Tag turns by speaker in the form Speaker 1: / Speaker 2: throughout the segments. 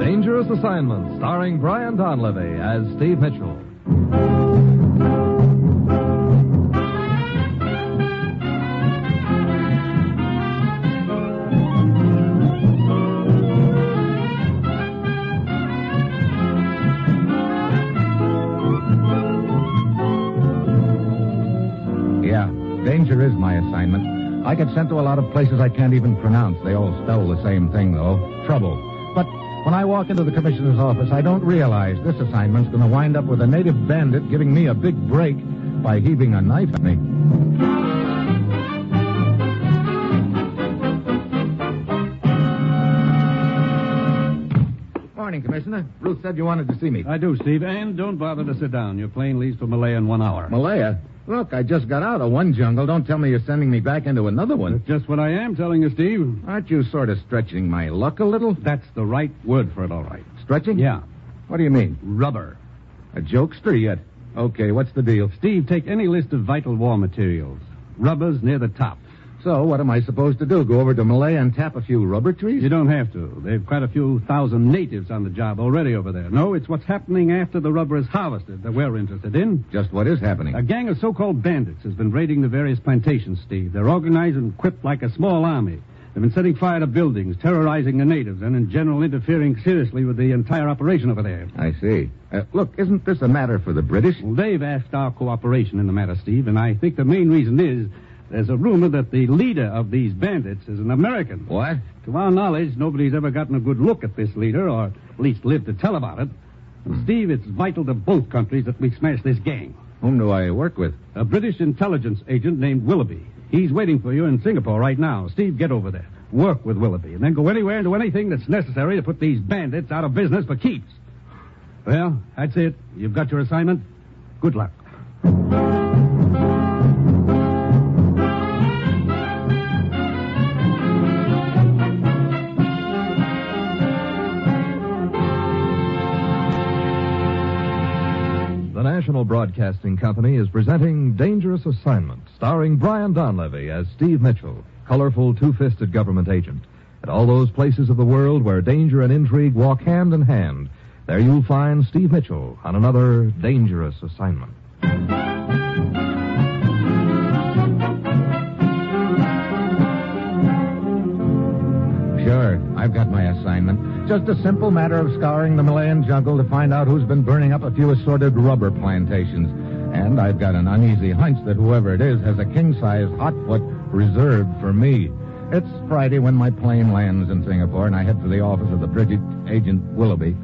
Speaker 1: Dangerous Assignment, starring Brian Donlevy as Steve Mitchell.
Speaker 2: Yeah, danger is my assignment. I get sent to a lot of places I can't even pronounce. They all spell the same thing, though trouble. But when I walk into the commissioner's office, I don't realize this assignment's going to wind up with a native bandit giving me a big break by heaving a knife at me. Morning, Commissioner. Ruth said you wanted to see me.
Speaker 3: I do, Steve. And don't bother to sit down. Your plane leaves for Malaya in one hour.
Speaker 2: Malaya, look, I just got out of one jungle. Don't tell me you're sending me back into another one.
Speaker 3: That's just what I am telling you, Steve.
Speaker 2: Aren't you sort of stretching my luck a little?
Speaker 3: That's the right word for it, all right.
Speaker 2: Stretching?
Speaker 3: Yeah,
Speaker 2: What do you mean?
Speaker 3: rubber.
Speaker 2: A jokester yet? Okay, what's the deal?
Speaker 3: Steve, take any list of vital war materials. Rubber's near the top.
Speaker 2: So, what am I supposed to do? Go over to Malaya and tap a few rubber trees?
Speaker 3: You don't have to. They've quite a few thousand natives on the job already over there. No, it's what's happening after the rubber is harvested that we're interested in.
Speaker 2: Just what is happening?
Speaker 3: A gang of so-called bandits has been raiding the various plantations, Steve. They're organized and equipped like a small army. They've been setting fire to buildings, terrorizing the natives, and in general interfering seriously with the entire operation over there.
Speaker 2: I see. Uh, look, isn't this a matter for the British?
Speaker 3: Well, they've asked our cooperation in the matter, Steve, and I think the main reason is there's a rumor that the leader of these bandits is an American.
Speaker 2: What?
Speaker 3: To our knowledge, nobody's ever gotten a good look at this leader, or at least lived to tell about it. And Steve, it's vital to both countries that we smash this gang.
Speaker 2: Whom do I work with?
Speaker 3: A British intelligence agent named Willoughby. He's waiting for you in Singapore right now. Steve, get over there. Work with Willoughby, and then go anywhere and do anything that's necessary to put these bandits out of business for keeps. Well, that's it. You've got your assignment. Good luck.
Speaker 1: The National Broadcasting Company is presenting Dangerous Assignment, starring Brian Donlevy as Steve Mitchell, colorful two fisted government agent. At all those places of the world where danger and intrigue walk hand in hand, there you'll find Steve Mitchell on another Dangerous Assignment.
Speaker 2: Sure, I've got my assignment. Just a simple matter of scouring the Malayan jungle to find out who's been burning up a few assorted rubber plantations. And I've got an uneasy hunch that whoever it is has a king-sized hotfoot reserved for me. It's Friday when my plane lands in Singapore, and I head for the office of the British agent Willoughby.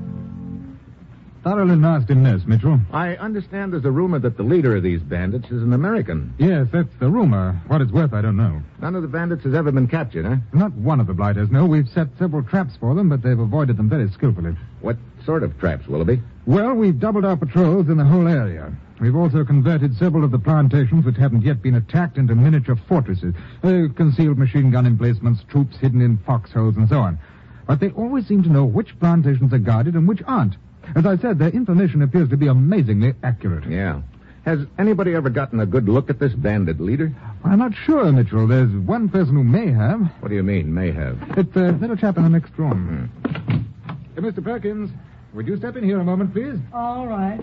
Speaker 4: Thoroughly nasty mess, Mitchell.
Speaker 2: I understand there's a rumor that the leader of these bandits is an American.
Speaker 4: Yes, that's the rumor. What it's worth, I don't know.
Speaker 2: None of the bandits has ever been captured, huh?
Speaker 4: Not one of the blighters, no. We've set several traps for them, but they've avoided them very skillfully.
Speaker 2: What sort of traps, Willoughby?
Speaker 4: Well, we've doubled our patrols in the whole area. We've also converted several of the plantations which haven't yet been attacked into miniature fortresses. Uh, concealed machine gun emplacements, troops hidden in foxholes, and so on. But they always seem to know which plantations are guarded and which aren't. As I said, their information appears to be amazingly accurate.
Speaker 2: Yeah. Has anybody ever gotten a good look at this bandit leader?
Speaker 4: I'm not sure, Mitchell. There's one person who may have.
Speaker 2: What do you mean, may have? Hmm.
Speaker 4: It's the little chap in the next room. Hey, Mr. Perkins, would you step in here a moment, please?
Speaker 5: All right.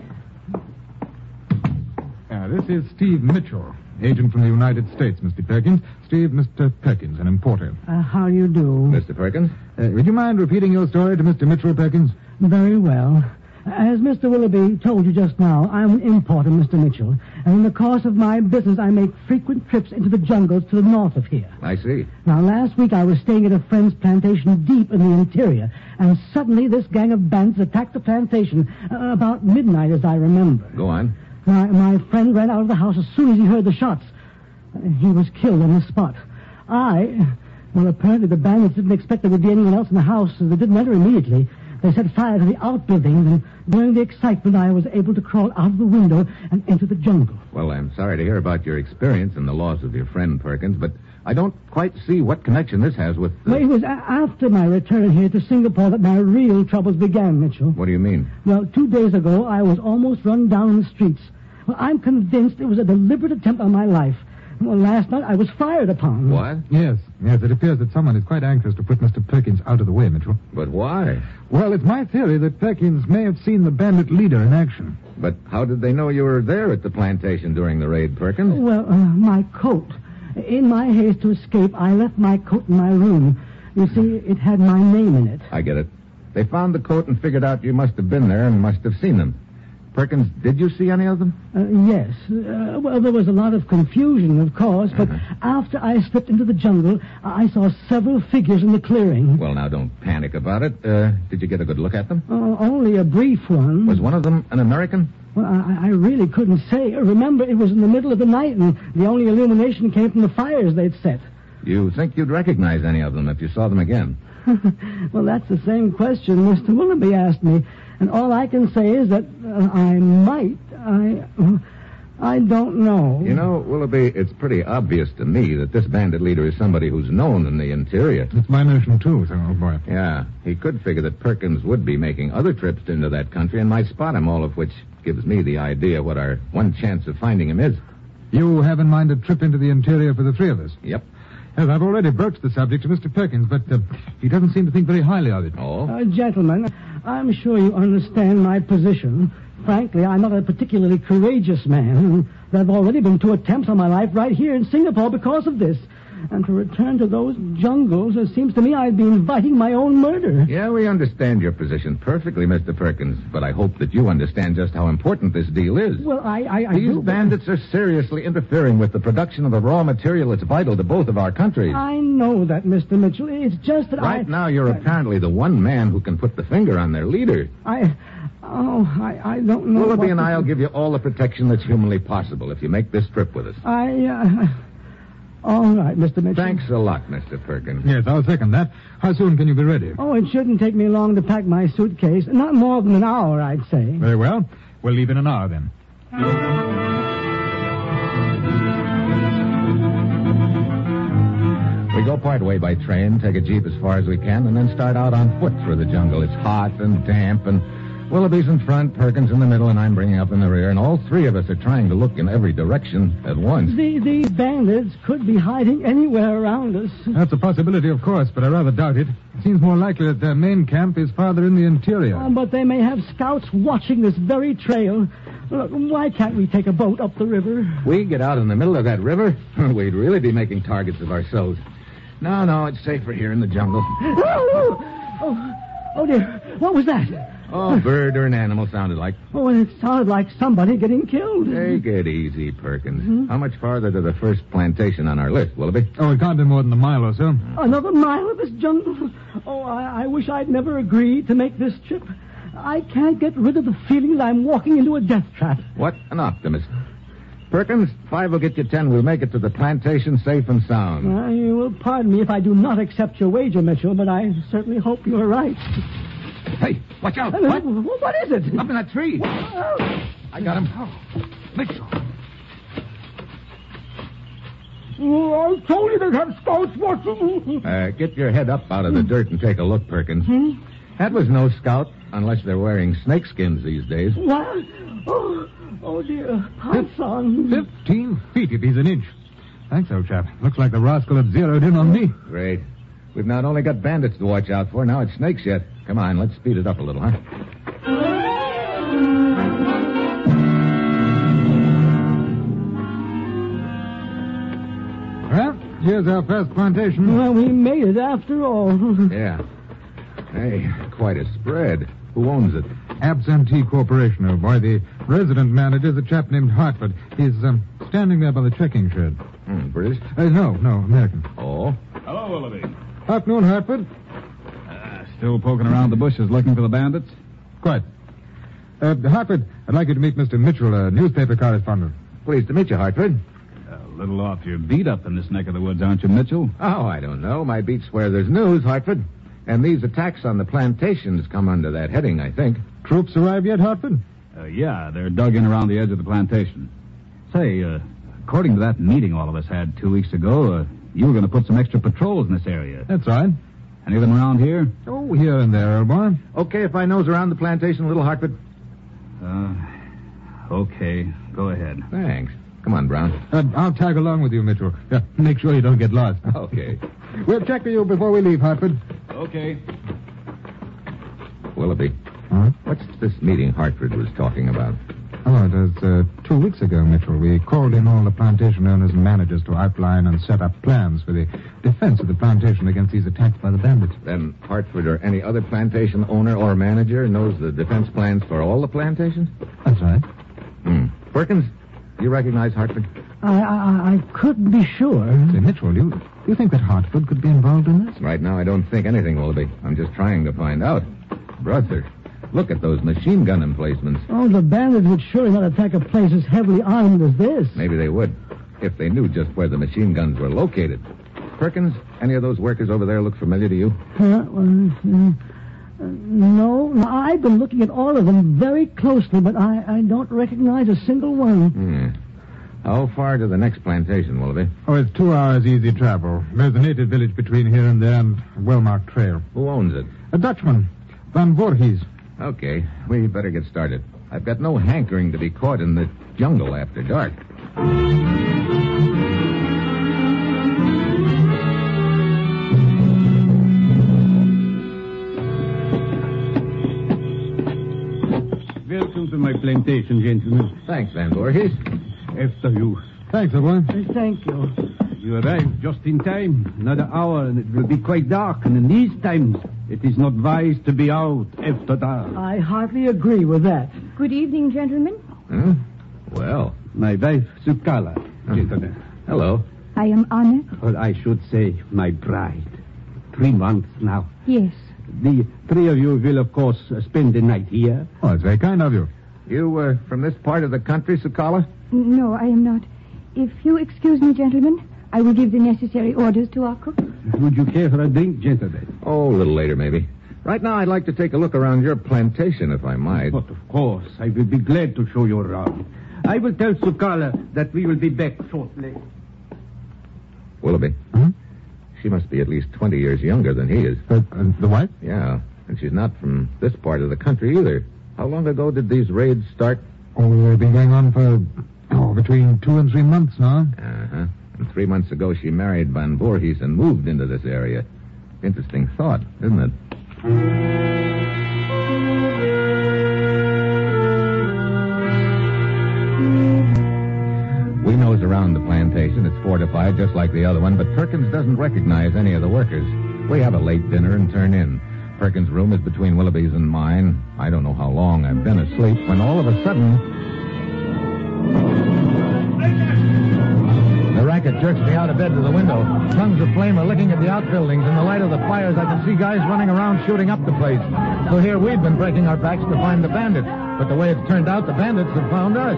Speaker 4: Uh, this is Steve Mitchell, agent from the United States, Mr. Perkins. Steve, Mr. Perkins, an importer.
Speaker 5: Uh, how do you do?
Speaker 2: Mr. Perkins?
Speaker 4: Uh, would you mind repeating your story to Mr. Mitchell, Perkins?
Speaker 5: Very well. As Mr. Willoughby told you just now, I'm an importer, Mr. Mitchell, and in the course of my business, I make frequent trips into the jungles to the north of here.
Speaker 2: I see.
Speaker 5: Now, last week I was staying at a friend's plantation deep in the interior, and suddenly this gang of bandits attacked the plantation uh, about midnight, as I remember.
Speaker 2: Go on.
Speaker 5: My, my friend ran out of the house as soon as he heard the shots. Uh, He was killed on the spot. I, well, apparently the bandits didn't expect there would be anyone else in the house, so they didn't enter immediately. They set fire to the outbuildings, and during the excitement, I was able to crawl out of the window and enter the jungle.
Speaker 2: Well, I'm sorry to hear about your experience and the loss of your friend, Perkins, but I don't quite see what connection this has with. the-
Speaker 5: Well, it was a- after my return here to Singapore that my real troubles began, Mitchell.
Speaker 2: What do you mean?
Speaker 5: Well, two days ago, I was almost run down in the streets. Well, I'm convinced it was a deliberate attempt on my life. Well, last night, I was fired upon.
Speaker 2: What?
Speaker 4: Yes, yes, it appears that someone is quite anxious to put Mr. Perkins out of the way, Mitchell.
Speaker 2: But why?
Speaker 4: Well, it's my theory that Perkins may have seen the bandit leader in action.
Speaker 2: But how did they know you were there at the plantation during the raid, Perkins?
Speaker 5: Well, uh, my coat. In my haste to escape, I left my coat in my room. You see, it had my name in it.
Speaker 2: I get it. They found the coat and figured out you must have been there and must have seen them. Perkins, did you see any of them?
Speaker 5: Uh, yes. Uh, well, there was a lot of confusion, of course, but after I slipped into the jungle, I saw several figures in the clearing.
Speaker 2: Well, now don't panic about it. Uh, did you get a good look at them?
Speaker 5: Uh, only a brief one.
Speaker 2: Was one of them an American?
Speaker 5: Well, I, I really couldn't say. Remember, it was in the middle of the night, and the only illumination came from the fires they'd set.
Speaker 2: You think you'd recognize any of them if you saw them again?
Speaker 5: well, that's the same question Mr. Willoughby asked me, and all I can say is that uh, I might. I, uh, I don't know.
Speaker 2: You know, Willoughby, it's pretty obvious to me that this bandit leader is somebody who's known in the interior.
Speaker 4: It's my notion, too, sir, old boy.
Speaker 2: Yeah, he could figure that Perkins would be making other trips into that country and might spot him, all of which gives me the idea what our one chance of finding him is.
Speaker 4: You have in mind a trip into the interior for the three of us?
Speaker 2: Yep.
Speaker 4: Yes, I've already broached the subject to Mr. Perkins, but uh, he doesn't seem to think very highly of it.
Speaker 2: Oh?
Speaker 5: Uh, gentlemen, I'm sure you understand my position. Frankly, I'm not a particularly courageous man. There have already been two attempts on my life right here in Singapore because of this. And to return to those jungles, it seems to me I'd be inviting my own murder.
Speaker 2: Yeah, we understand your position perfectly, Mr. Perkins, but I hope that you understand just how important this deal is.
Speaker 5: Well, I, I, I
Speaker 2: These
Speaker 5: do.
Speaker 2: bandits are seriously interfering with the production of the raw material that's vital to both of our countries.
Speaker 5: I know that, Mr. Mitchell. It's just that I.
Speaker 2: Right now, you're apparently the one man who can put the finger on their leader.
Speaker 5: I. Oh, I, I don't know.
Speaker 2: Willoughby
Speaker 5: what
Speaker 2: and
Speaker 5: to
Speaker 2: I'll
Speaker 5: do.
Speaker 2: give you all the protection that's humanly possible if you make this trip with us.
Speaker 5: I. Uh, all right, Mr. Mitchell.
Speaker 2: Thanks a lot, Mr. Perkins.
Speaker 4: Yes, I'll second that. How soon can you be ready?
Speaker 5: Oh, it shouldn't take me long to pack my suitcase. Not more than an hour, I'd say.
Speaker 4: Very well. We'll leave in an hour then.
Speaker 2: We go part way by train, take a jeep as far as we can, and then start out on foot through the jungle. It's hot and damp, and Willoughby's in front, Perkins in the middle, and I'm bringing up in the rear, and all three of us are trying to look in every direction at once.
Speaker 5: The, these bandits could be hiding anywhere around us.
Speaker 4: That's a possibility, of course, but I rather doubt it. It seems more likely that their main camp is farther in the interior.
Speaker 5: Uh, but they may have scouts watching this very trail. Look, why can't we take a boat up the river?
Speaker 2: We get out in the middle of that river, we'd really be making targets of ourselves. No, no, it's safer here in the jungle.
Speaker 5: Oh, oh, oh dear. What was that?
Speaker 2: Oh, a bird or an animal sounded like.
Speaker 5: Oh, and it sounded like somebody getting killed.
Speaker 2: Take it easy, Perkins.
Speaker 4: Hmm?
Speaker 2: How much farther to the first plantation on our list, Willoughby?
Speaker 4: Oh, it can't be more than a mile or so.
Speaker 5: Another mile of this jungle. Oh, I, I wish I'd never agreed to make this trip. I can't get rid of the feeling that I'm walking into a death trap.
Speaker 2: What an optimist. Perkins, five will get you ten. We'll make it to the plantation safe and sound.
Speaker 5: Uh, you will pardon me if I do not accept your wager, Mitchell, but I certainly hope you are right.
Speaker 2: Hey, watch out.
Speaker 5: Uh, what Uh, is it?
Speaker 2: Up in that tree.
Speaker 5: Oh.
Speaker 2: I got him. Mitchell.
Speaker 5: I told you they have scouts watching.
Speaker 2: Uh, get your head up out of the dirt and take a look, Perkins. That was no scout, unless they're wearing snakeskins these days.
Speaker 5: What? Oh, oh dear. Panson.
Speaker 4: Fifteen feet if he's an inch. Thanks, old chap. Looks like the rascal had zeroed in on me.
Speaker 2: Great. We've not only got bandits to watch out for, now it's snakes yet. Come on, let's speed it up a little, huh?
Speaker 4: Well, here's our first plantation.
Speaker 5: Well, Uh, we made it after all.
Speaker 2: Yeah. Hey, quite a spread. Who owns it?
Speaker 4: Absentee Corporation, old boy. The resident manager's a chap named Hartford. He's um, standing there by the checking shed.
Speaker 2: Hmm, British?
Speaker 4: Uh, no, no, American.
Speaker 2: Oh.
Speaker 6: Hello, Willoughby.
Speaker 4: Afternoon, Hartford.
Speaker 6: Uh, Still poking around the bushes looking for the bandits?
Speaker 4: Quite. Uh, Hartford, I'd like you to meet Mr. Mitchell, a newspaper correspondent.
Speaker 2: Pleased to meet you, Hartford.
Speaker 6: A little off your beat up in this neck of the woods, aren't you, Mitchell?
Speaker 2: Oh, I don't know. My beat's where there's news, Hartford. And these attacks on the plantations come under that heading, I think.
Speaker 4: Troops arrived yet, Hartford?
Speaker 6: Uh, yeah, they're dug in around the edge of the plantation. Say, uh, according to that meeting all of us had two weeks ago, uh, you were going to put some extra patrols in this area.
Speaker 4: That's right.
Speaker 6: Anything around here?
Speaker 4: Oh, here and there, old boy.
Speaker 2: Okay, if I nose around the plantation a little, Hartford.
Speaker 6: Uh, okay, go ahead.
Speaker 2: Thanks. Come on, Brown.
Speaker 4: Uh, I'll tag along with you, Mitchell. Yeah, make sure you don't get lost.
Speaker 2: Okay.
Speaker 4: We'll check for you before we leave, Hartford.
Speaker 6: Okay.
Speaker 2: Willoughby,
Speaker 4: Huh?
Speaker 2: what's this meeting Hartford was talking about?
Speaker 4: Oh, it was uh, two weeks ago, Mitchell. We called in all the plantation owners and managers to outline and set up plans for the defense of the plantation against these attacks by the bandits.
Speaker 2: Then Hartford or any other plantation owner or manager knows the defense plans for all the plantations?
Speaker 4: That's right.
Speaker 2: Hmm. Perkins, do you recognize Hartford?
Speaker 5: I, I, I couldn't be sure.
Speaker 4: Say, Mitchell, you you think that Hartford could be involved in this?
Speaker 2: Right now, I don't think anything, Willoughby. I'm just trying to find out. Brother, look at those machine gun emplacements.
Speaker 5: Oh, the bandits would surely not attack a place as heavily armed as this.
Speaker 2: Maybe they would, if they knew just where the machine guns were located. Perkins, any of those workers over there look familiar to you?
Speaker 5: Huh? Well, uh, no, no, I've been looking at all of them very closely, but I, I don't recognize a single one.
Speaker 2: Hmm. How far to the next plantation, Willoughby?
Speaker 4: Oh, it's two hours easy travel. There's a native village between here and there and a well-marked trail.
Speaker 2: Who owns it?
Speaker 4: A Dutchman, Van Voorhees.
Speaker 2: Okay, we better get started. I've got no hankering to be caught in the jungle after dark.
Speaker 6: Welcome to my plantation, gentlemen.
Speaker 2: Thanks, Van Voorhees.
Speaker 6: After you.
Speaker 4: Thanks, old boy.
Speaker 5: Uh, Thank you.
Speaker 6: You arrived just in time. Another hour and it will be quite dark, and in these times it is not wise to be out after dark.
Speaker 5: I hardly agree with that.
Speaker 7: Good evening, gentlemen.
Speaker 2: Hmm? Well,
Speaker 6: My wife, Sukala,
Speaker 4: Hmm.
Speaker 6: gentlemen.
Speaker 2: hello.
Speaker 7: I am honored.
Speaker 6: Or I should say, my bride. Three months now.
Speaker 7: Yes.
Speaker 6: The three of you will, of course, uh, spend the night here.
Speaker 4: Oh, it's very kind of you.
Speaker 2: You were from this part of the country, Sukala?
Speaker 7: N- No, I am not. If you excuse me, gentlemen, I will give the necessary orders to our cook.
Speaker 6: Would you care for a drink, gentlemen?
Speaker 2: Oh, a little later, maybe. Right now, I'd like to take a look around your plantation, if I might.
Speaker 6: But of course, I will be glad to show you around. I will tell Sukala that we will be back shortly.
Speaker 2: Willoughby.
Speaker 4: Hmm?
Speaker 2: She must be at least 20 years younger than he is.
Speaker 4: But, uh, the wife?
Speaker 2: Yeah, and she's not from this part of the country either. How long ago did these raids start?
Speaker 4: Oh, they've been going on for oh, between two and three months now.
Speaker 2: Uh huh. And three months ago, she married Van Voorhees and moved into this area. Interesting thought, isn't it? We nose around the plantation. It's fortified just like the other one, but Perkins doesn't recognize any of the workers. We have a late dinner and turn in. Perkins' room is between Willoughby's and mine. I don't know how long I've been asleep when all of a sudden The racket jerks me out of bed to the window. Tongues of flame are licking at the outbuildings. In the light of the fires, I can see guys running around shooting up the place. So here we've been breaking our backs to find the bandits. But the way it's turned out, the bandits have found us.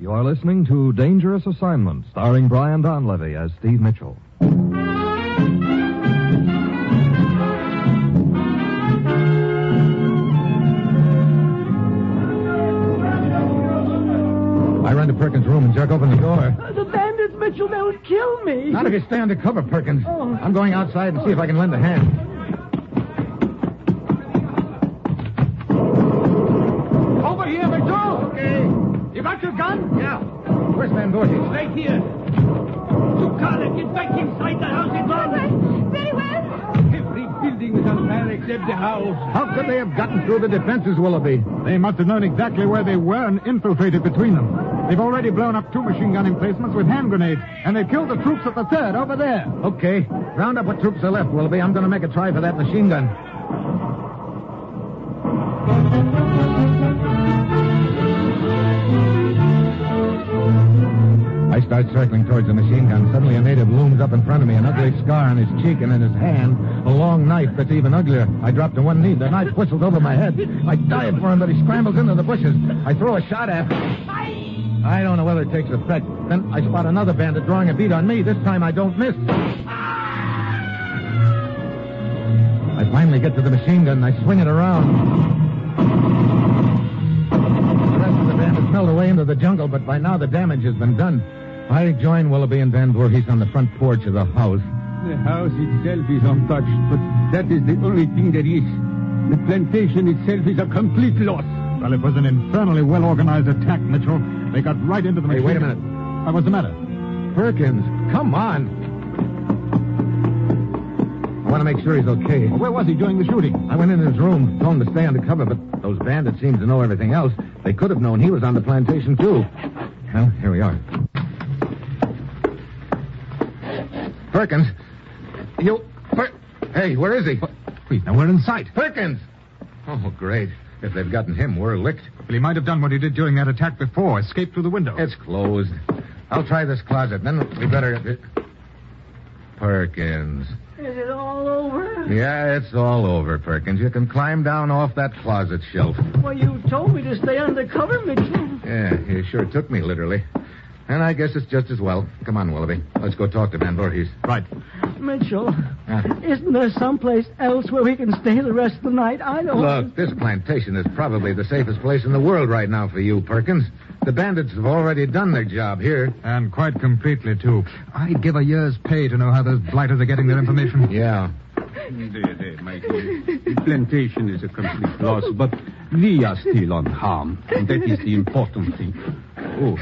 Speaker 1: You're listening to Dangerous Assignment, starring Brian Donlevy as Steve Mitchell.
Speaker 2: Perkins' room and jerk open the door.
Speaker 5: The bandits, Mitchell, they'll kill me.
Speaker 2: Not if you stay under cover, Perkins.
Speaker 5: Oh.
Speaker 2: I'm going outside and see if I can lend a hand.
Speaker 6: Over here, McDowell! Okay. You got your gun? Yeah.
Speaker 2: Where's Van Dorsey?
Speaker 6: Right here. Sukala, get back inside the house. It's
Speaker 7: Very well.
Speaker 6: Every building is on fire except the house.
Speaker 2: How could they have gotten through the defenses, Willoughby?
Speaker 4: They must have known exactly where they were and infiltrated between them. They've already blown up two machine gun emplacements with hand grenades, and they killed the troops at the third over there.
Speaker 2: Okay. Round up what troops are left, Willoughby. I'm going to make a try for that machine gun. I start circling towards the machine gun. Suddenly, a native looms up in front of me, an ugly scar on his cheek and in his hand, a long knife that's even uglier. I drop to one knee. The knife whistles over my head. I dive for him, but he scrambles into the bushes. I throw a shot at him. I don't know whether it takes effect. Then I spot another bandit drawing a bead on me. This time, I don't miss. I finally get to the machine gun and I swing it around. The rest of the bandits melt away into the jungle, but by now the damage has been done. I join Willoughby and Van Voorhees on the front porch of the house.
Speaker 6: The house itself is untouched, but that is the only thing there is. The plantation itself is a complete loss.
Speaker 4: Well, it was an infernally well organized attack, Mitchell. They got right into the
Speaker 2: Hey,
Speaker 4: machine.
Speaker 2: wait a
Speaker 4: gun- Uh, what's the matter?
Speaker 2: Perkins, come on. I want to make sure he's okay.
Speaker 4: Well, where was he during the shooting?
Speaker 2: I went in his room, told him to stay under cover, but those bandits seemed to know everything else. They could have known he was on the plantation, too. Well, here we are. Perkins. You. Per- hey, where is he?
Speaker 4: Please, now we're in sight.
Speaker 2: Perkins! Oh, great. If they've gotten him, we're licked.
Speaker 4: Well, he might have done what he did during that attack before, escaped through the window.
Speaker 2: It's closed. I'll try this closet. Then we better. uh, Perkins.
Speaker 5: Is it all over?
Speaker 2: Yeah, it's all over, Perkins. You can climb down off that closet shelf.
Speaker 5: Well, you told me to stay under cover, Mitchell.
Speaker 2: Yeah, you sure took me literally. And I guess it's just as well. Come on, Willoughby. Let's go talk to Van Voorhees.
Speaker 4: Right.
Speaker 5: Mitchell,
Speaker 2: Huh?
Speaker 5: isn't there someplace else where we can stay the rest of the night? I don't.
Speaker 2: Look, this plantation is probably the safest place in the world right now for you, Perkins. The bandits have already done their job here.
Speaker 4: And quite completely, too. I'd give a year's pay to know how those blighters are getting their information.
Speaker 2: Yeah.
Speaker 6: There, there, Michael. The plantation is a complete loss, but we are still unharmed. And that is the important thing. Oh,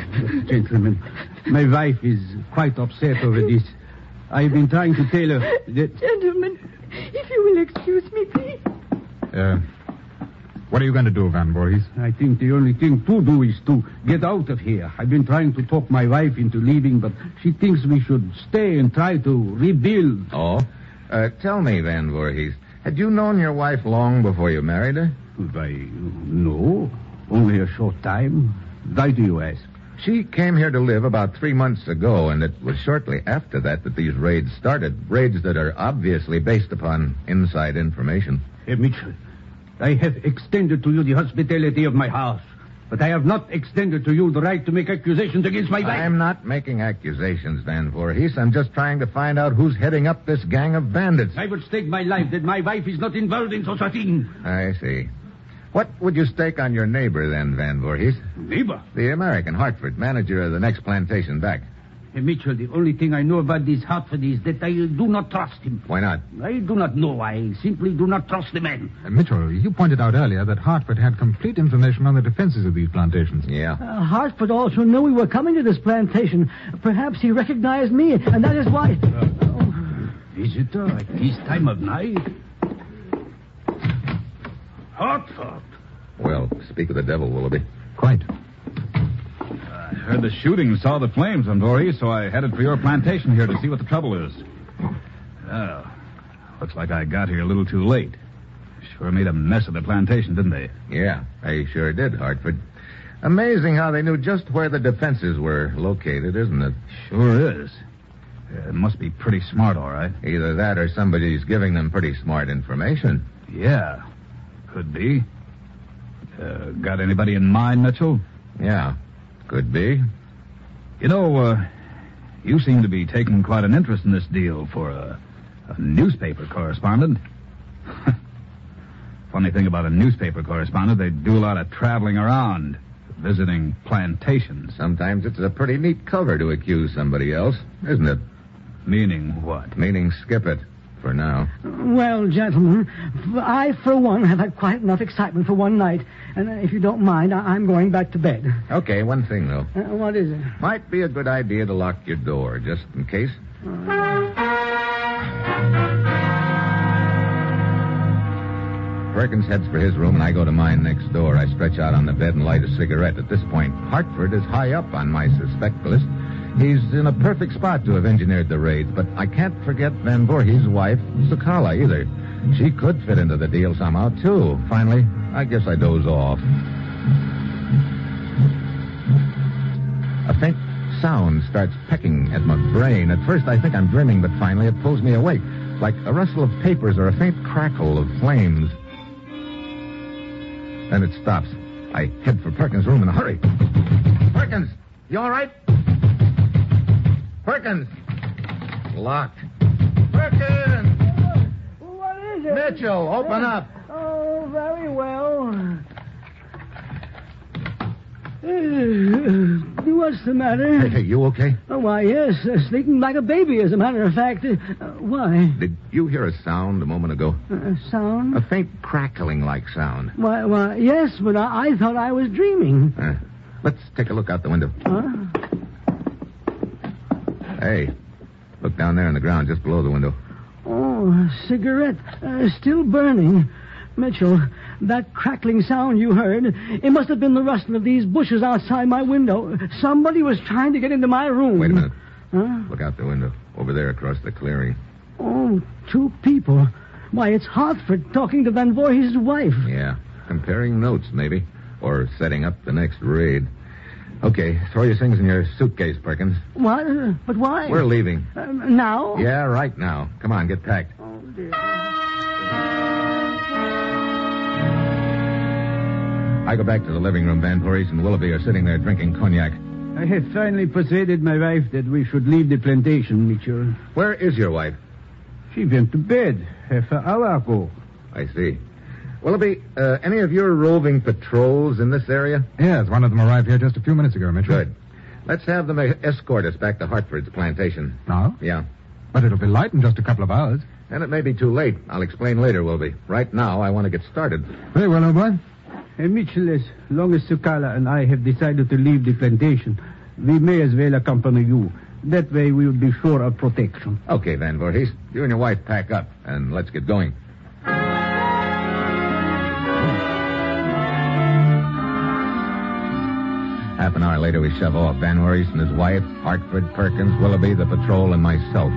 Speaker 6: gentlemen, my wife is quite upset over this. I've been trying to tell her that.
Speaker 7: Gentlemen, if you will excuse me, please.
Speaker 4: Uh, what are you going to do, Van Voorhees?
Speaker 6: I think the only thing to do is to get out of here. I've been trying to talk my wife into leaving, but she thinks we should stay and try to rebuild.
Speaker 2: Oh? Uh, tell me, Van Voorhees, had you known your wife long before you married her?
Speaker 6: Why, no, only a short time. Why do you ask?
Speaker 2: She came here to live about three months ago, and it was shortly after that that these raids started. Raids that are obviously based upon inside information.
Speaker 6: Hey, Mitchell, I have extended to you the hospitality of my house, but I have not extended to you the right to make accusations against my wife.
Speaker 2: I'm not making accusations, Van Voorhees. I'm just trying to find out who's heading up this gang of bandits.
Speaker 6: I would stake my life that my wife is not involved in such a thing.
Speaker 2: I see. What would you stake on your neighbor then, Van Voorhees?
Speaker 6: Neighbor.
Speaker 2: The American, Hartford, manager of the next plantation back.
Speaker 6: Hey, Mitchell, the only thing I know about this Hartford is that I do not trust him.
Speaker 2: Why not?
Speaker 6: I do not know. I simply do not trust the man.
Speaker 4: Uh, Mitchell, you pointed out earlier that Hartford had complete information on the defenses of these plantations.
Speaker 2: Yeah.
Speaker 5: Uh, Hartford also knew we were coming to this plantation. Perhaps he recognized me, and that is why.
Speaker 6: Visitor at this time of night? Hartford.
Speaker 2: Well, speak of the devil, Willoughby.
Speaker 4: Quite.
Speaker 8: I heard the shooting, saw the flames, on Dory, so I headed for your plantation here to see what the trouble is. Oh, looks like I got here a little too late. Sure made a mess of the plantation, didn't they?
Speaker 2: Yeah, they sure did, Hartford. Amazing how they knew just where the defenses were located, isn't it?
Speaker 8: Sure is. Uh, must be pretty smart, all right.
Speaker 2: Either that or somebody's giving them pretty smart information.
Speaker 8: Yeah, could be. Uh, got anybody in mind, Mitchell?
Speaker 2: Yeah, could be.
Speaker 8: You know, uh, you seem to be taking quite an interest in this deal for a, a newspaper correspondent. Funny thing about a newspaper correspondent, they do a lot of traveling around. visiting plantations.
Speaker 2: Sometimes it's a pretty neat cover to accuse somebody else, isn't it?
Speaker 8: Meaning what?
Speaker 2: Meaning skip it for now.
Speaker 5: Well, gentlemen, f- I, for one, have had quite enough excitement for one night. And uh, if you don't mind, I- I'm going back to bed.
Speaker 2: Okay, one thing though.
Speaker 5: Uh, what is it?
Speaker 2: Might be a good idea to lock your door just in case. Perkins heads for his room, and I go to mine next door. I stretch out on the bed and light a cigarette. At this point, Hartford is high up on my suspect list. He's in a perfect spot to have engineered the raids, but I can't forget Van Voorhees' wife, Sakala, either. She could fit into the deal somehow, too. Finally, I guess I doze off. A faint sound starts pecking at my brain. At first, I think I'm dreaming, but finally, it pulls me awake, like a rustle of papers or a faint crackle of flames. Then it stops. I head for Perkins' room in a hurry. Perkins, you all right? Perkins, locked. Perkins,
Speaker 5: What is
Speaker 2: Mitchell, open up.
Speaker 5: Oh, very well. Uh, What's the matter?
Speaker 2: Hey, you okay?
Speaker 5: Oh, why, yes, uh, sleeping like a baby, as a matter of fact. Uh, why?
Speaker 2: Did you hear a sound a moment ago?
Speaker 5: Uh, sound?
Speaker 2: A faint crackling-like sound.
Speaker 5: Why, why, yes, but I, I thought I was dreaming.
Speaker 2: Uh, let's take a look out the window.
Speaker 5: Huh?
Speaker 2: Hey, look down there on the ground just below the window.
Speaker 5: Oh, a cigarette, uh, still burning. Mitchell, that crackling sound you heard, it must have been the rustle of these bushes outside my window. Somebody was trying to get into my room.
Speaker 2: Wait a minute.
Speaker 5: Huh?
Speaker 2: Look out the window. Over there across the clearing.
Speaker 5: Oh, two people. Why, it's Hartford talking to Van Voorhees' wife.
Speaker 2: Yeah. Comparing notes, maybe. Or setting up the next raid. Okay, throw your things in your suitcase, Perkins.
Speaker 5: What? Uh, But why?
Speaker 2: We're leaving.
Speaker 5: Um, now?
Speaker 2: Yeah, right now. Come on, get packed.
Speaker 5: Oh, dear.
Speaker 2: I go back to the living room. Van Voorhees and Willoughby are sitting there drinking cognac.
Speaker 6: I have finally persuaded my wife that we should leave the plantation, Mitchell.
Speaker 2: Where is your wife?
Speaker 6: She went to bed half an hour ago.
Speaker 2: I see. Willoughby, uh, any of your roving patrols in this area?
Speaker 4: Yes, one of them arrived here just a few minutes ago, Mitchell.
Speaker 2: Good. Let's have them uh, escort us back to Hartford's plantation.
Speaker 4: Now?
Speaker 2: Yeah.
Speaker 4: But it'll be light in just a couple of hours.
Speaker 2: And it may be too late. I'll explain later, Wilby. Right now, I want to get started.
Speaker 4: Very well, old boy.
Speaker 6: Hey, Mitchell, as long as Sukala and I have decided to leave the plantation, we may as well accompany you. That way we will be sure of protection.
Speaker 2: Okay, Van Voorhees. You and your wife pack up, and let's get going. Half an hour later, we shove off. Van Voorhees and his wife, Hartford, Perkins, Willoughby, the patrol, and myself.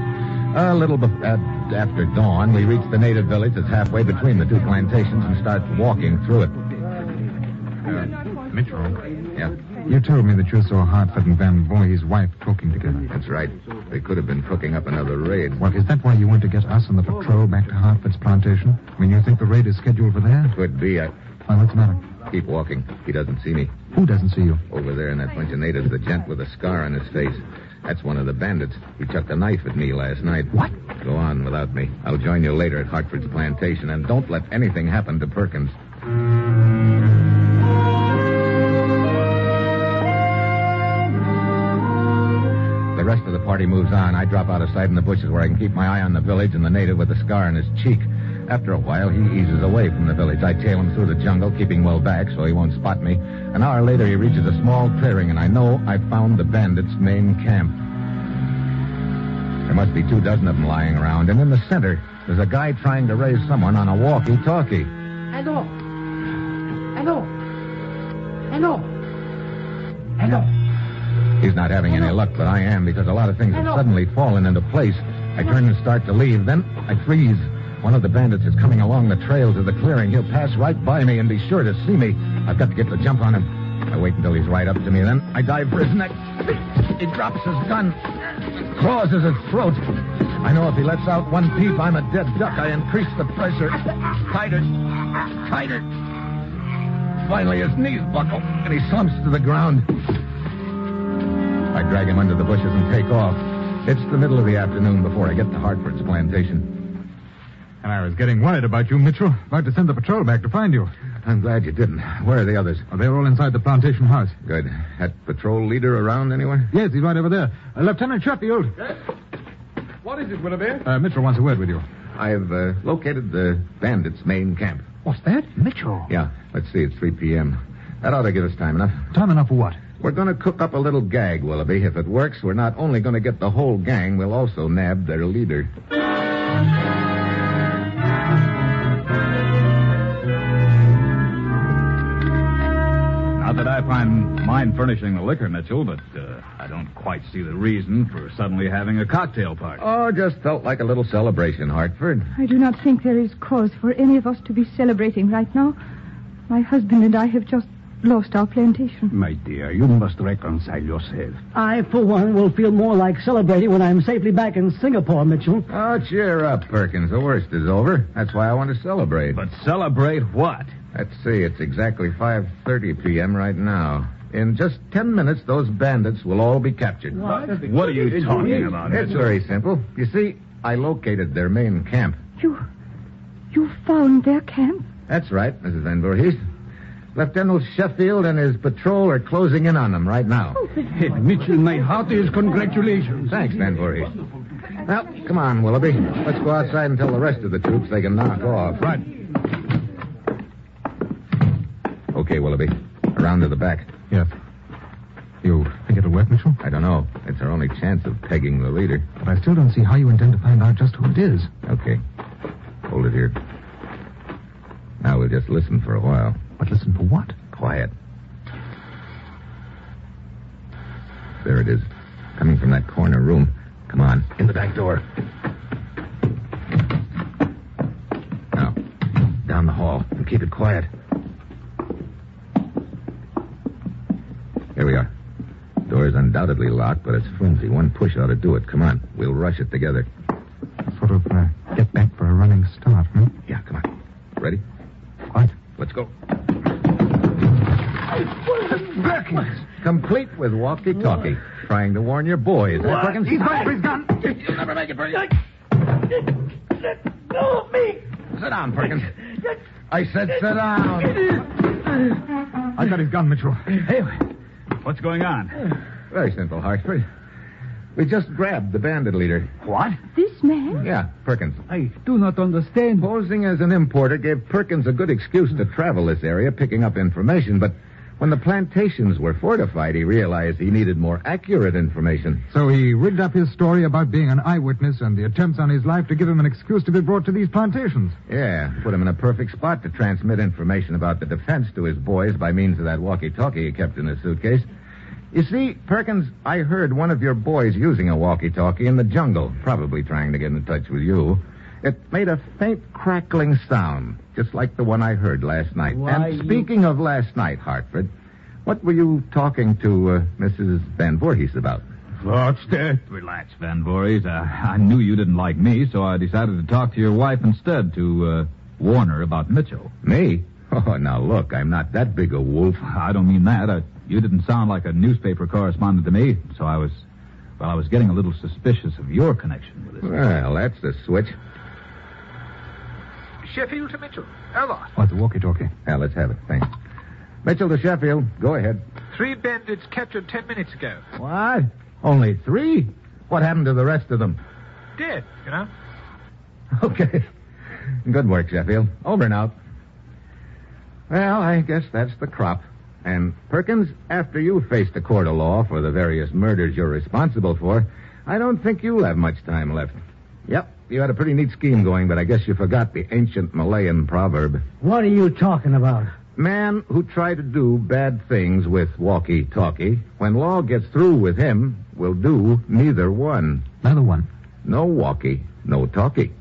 Speaker 2: A little bef- uh, after dawn, we reach the native village that's halfway between the two plantations and start walking through it.
Speaker 4: Mitchell.
Speaker 2: Yeah,
Speaker 4: You told me that you saw Hartford and Van Voorhees' wife talking together.
Speaker 2: that's right. They could have been cooking up another raid.
Speaker 4: Well, is that why you want to get us and the patrol back to Hartford's plantation? I mean, you think the raid is scheduled for there?
Speaker 2: Could be. I
Speaker 4: Why, what's the matter?
Speaker 2: keep walking. He doesn't see me.
Speaker 4: Who doesn't see you?
Speaker 2: Over there in that bunch of natives, the gent with a scar on his face. That's one of the bandits. He chucked a knife at me last night. What? Go on without me. I'll join you later at Hartford's plantation, and don't let anything happen to Perkins. The rest of the party moves on. I drop out of sight in the bushes where I can keep my eye on the village and the native with the scar on his cheek. After a while, he eases away from the village. I tail him through the jungle, keeping well back so he won't spot me. An hour later, he reaches a small clearing, and I know I've found the bandits' main camp. There must be two dozen of them lying around, and in the center, there's a guy trying to raise someone on a walkie-talkie.
Speaker 9: Hello. Hello. Hello. Hello.
Speaker 2: He's not having any luck, but I am because a lot of things have suddenly fallen into place. I turn and start to leave, then I freeze. One of the bandits is coming along the trail to the clearing. He'll pass right by me and be sure to see me. I've got to get the jump on him. I wait until he's right up to me, then I dive for his neck. He drops his gun, claws at his throat. I know if he lets out one peep, I'm a dead duck. I increase the pressure. Tighter, tighter. Finally, his knees buckle, and he slumps to the ground. I drag him under the bushes and take off. It's the middle of the afternoon before I get to Hartford's plantation.
Speaker 4: And I was getting worried about you, Mitchell. About to send the patrol back to find you.
Speaker 2: I'm glad you didn't. Where are the others?
Speaker 4: Well, they're all inside the plantation house.
Speaker 2: Good. That patrol leader around anywhere?
Speaker 4: Yes, he's right over there. Uh, Lieutenant Sheffield.
Speaker 3: What is it, Willoughby?
Speaker 4: Uh, Mitchell wants a word with you.
Speaker 2: I've uh, located the bandits' main camp.
Speaker 3: What's that? Mitchell.
Speaker 2: Yeah, let's see. It's 3 p.m. That ought to give us time enough.
Speaker 4: Time enough for what?
Speaker 2: We're going to cook up a little gag, Willoughby. If it works, we're not only going to get the whole gang, we'll also nab their leader.
Speaker 8: Not that I find mind furnishing the liquor, Mitchell, but uh, I don't quite see the reason for suddenly having a cocktail party.
Speaker 2: Oh, just felt like a little celebration, Hartford.
Speaker 7: I do not think there is cause for any of us to be celebrating right now. My husband and I have just lost our plantation.
Speaker 6: My dear, you must reconcile yourself.
Speaker 5: I, for one, will feel more like celebrating when I'm safely back in Singapore, Mitchell.
Speaker 2: Oh, cheer up, Perkins. The worst is over. That's why I want to celebrate.
Speaker 8: But celebrate what?
Speaker 2: Let's see, it's exactly 5.30 p.m. right now. In just 10 minutes, those bandits will all be captured.
Speaker 8: What are you talking about,
Speaker 2: It's
Speaker 8: Mitchell?
Speaker 2: very simple. You see, I located their main camp.
Speaker 7: You. You found their camp?
Speaker 2: That's right, Mrs. Van Voorhees. Lieutenant Sheffield and his patrol are closing in on them right now.
Speaker 6: Hey, Mitchell, my heartiest congratulations.
Speaker 2: Thanks, Van Voorhees. Well, come on, Willoughby. Let's go outside and tell the rest of the troops they can knock off.
Speaker 8: Right.
Speaker 2: Okay, Willoughby. Around to the back.
Speaker 4: Yes. You think it'll work, Mitchell?
Speaker 2: I don't know. It's our only chance of pegging the leader.
Speaker 4: But I still don't see how you intend to find out just who it is.
Speaker 2: Okay. Hold it here. Now we'll just listen for a while.
Speaker 4: But listen for what?
Speaker 2: Quiet. There it is. Coming from that corner room. Come on, in the back door. Now, down the hall and keep it quiet. Here we are. Door's undoubtedly locked, but it's flimsy. One push ought to do it. Come on. We'll rush it together.
Speaker 4: Sort of uh, get back for a running start, hmm? huh?
Speaker 2: Yeah, come on. Ready?
Speaker 4: What?
Speaker 2: Let's go. Perkins, complete with walkie-talkie. Trying to warn your boys. eh, Perkins?
Speaker 4: He's gone for his gun.
Speaker 2: You'll never make it, Perkins.
Speaker 9: Let go of me!
Speaker 2: Sit down, Perkins. I said sit down.
Speaker 4: I got his gun, Mitchell.
Speaker 2: Hey,
Speaker 8: What's going on?
Speaker 2: very simple, Hartford. We just grabbed the bandit leader.
Speaker 8: What?
Speaker 7: This man?
Speaker 2: Yeah, Perkins.
Speaker 6: I do not understand.
Speaker 2: Posing as an importer gave Perkins a good excuse to travel this area picking up information, but when the plantations were fortified, he realized he needed more accurate information.
Speaker 4: So he rigged up his story about being an eyewitness and the attempts on his life to give him an excuse to be brought to these plantations.
Speaker 2: Yeah, put him in a perfect spot to transmit information about the defense to his boys by means of that walkie talkie he kept in his suitcase. You see, Perkins, I heard one of your boys using a walkie talkie in the jungle, probably trying to get in touch with you. It made a faint crackling sound, just like the one I heard last night.
Speaker 9: Why,
Speaker 2: and
Speaker 9: you-
Speaker 2: speaking of last night, Hartford, what were you talking to uh, Mrs. Van Voorhees about?
Speaker 8: What's that? Relax, Van Voorhees. Uh, I knew you didn't like me, so I decided to talk to your wife instead to uh, warn her about Mitchell.
Speaker 2: Me? Oh, now look, I'm not that big a wolf.
Speaker 8: I don't mean that. I, you didn't sound like a newspaper correspondent to me, so I was, well, I was getting a little suspicious of your connection with this.
Speaker 2: Well, that's the switch.
Speaker 3: Sheffield to Mitchell. Ella.
Speaker 4: What's the walkie-talkie?
Speaker 2: Yeah, let's have it. Thanks. Mitchell to Sheffield. Go ahead.
Speaker 3: Three bandits captured ten minutes ago.
Speaker 2: What? Only three? What happened to the rest of them?
Speaker 3: Dead, you know?
Speaker 2: Okay. Good work, Sheffield. Over and out. Well, I guess that's the crop. And Perkins, after you face the court of law for the various murders you're responsible for, I don't think you'll have much time left. Yep, you had a pretty neat scheme going, but I guess you forgot the ancient Malayan proverb.
Speaker 5: What are you talking about?
Speaker 2: Man who try to do bad things with walkie-talkie, when law gets through with him, will do neither one.
Speaker 4: Another one.
Speaker 2: No walkie, no talkie.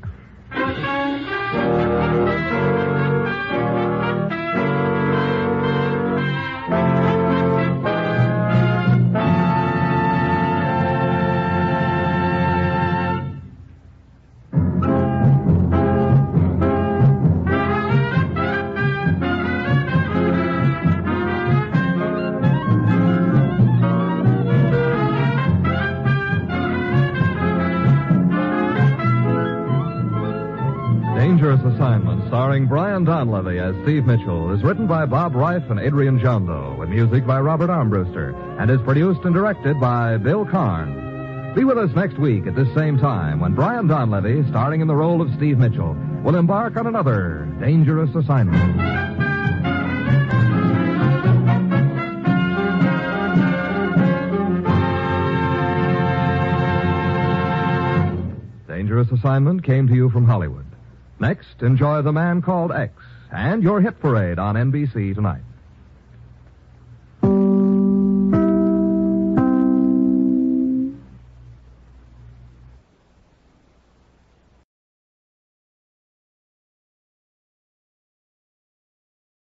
Speaker 1: Dangerous Assignment, starring Brian Donlevy as Steve Mitchell, is written by Bob Reif and Adrian Jondo, with music by Robert Armbruster, and is produced and directed by Bill Carn. Be with us next week at this same time when Brian Donlevy, starring in the role of Steve Mitchell, will embark on another dangerous assignment. Dangerous Assignment came to you from Hollywood. Next, enjoy The Man Called X and your hit parade on NBC tonight.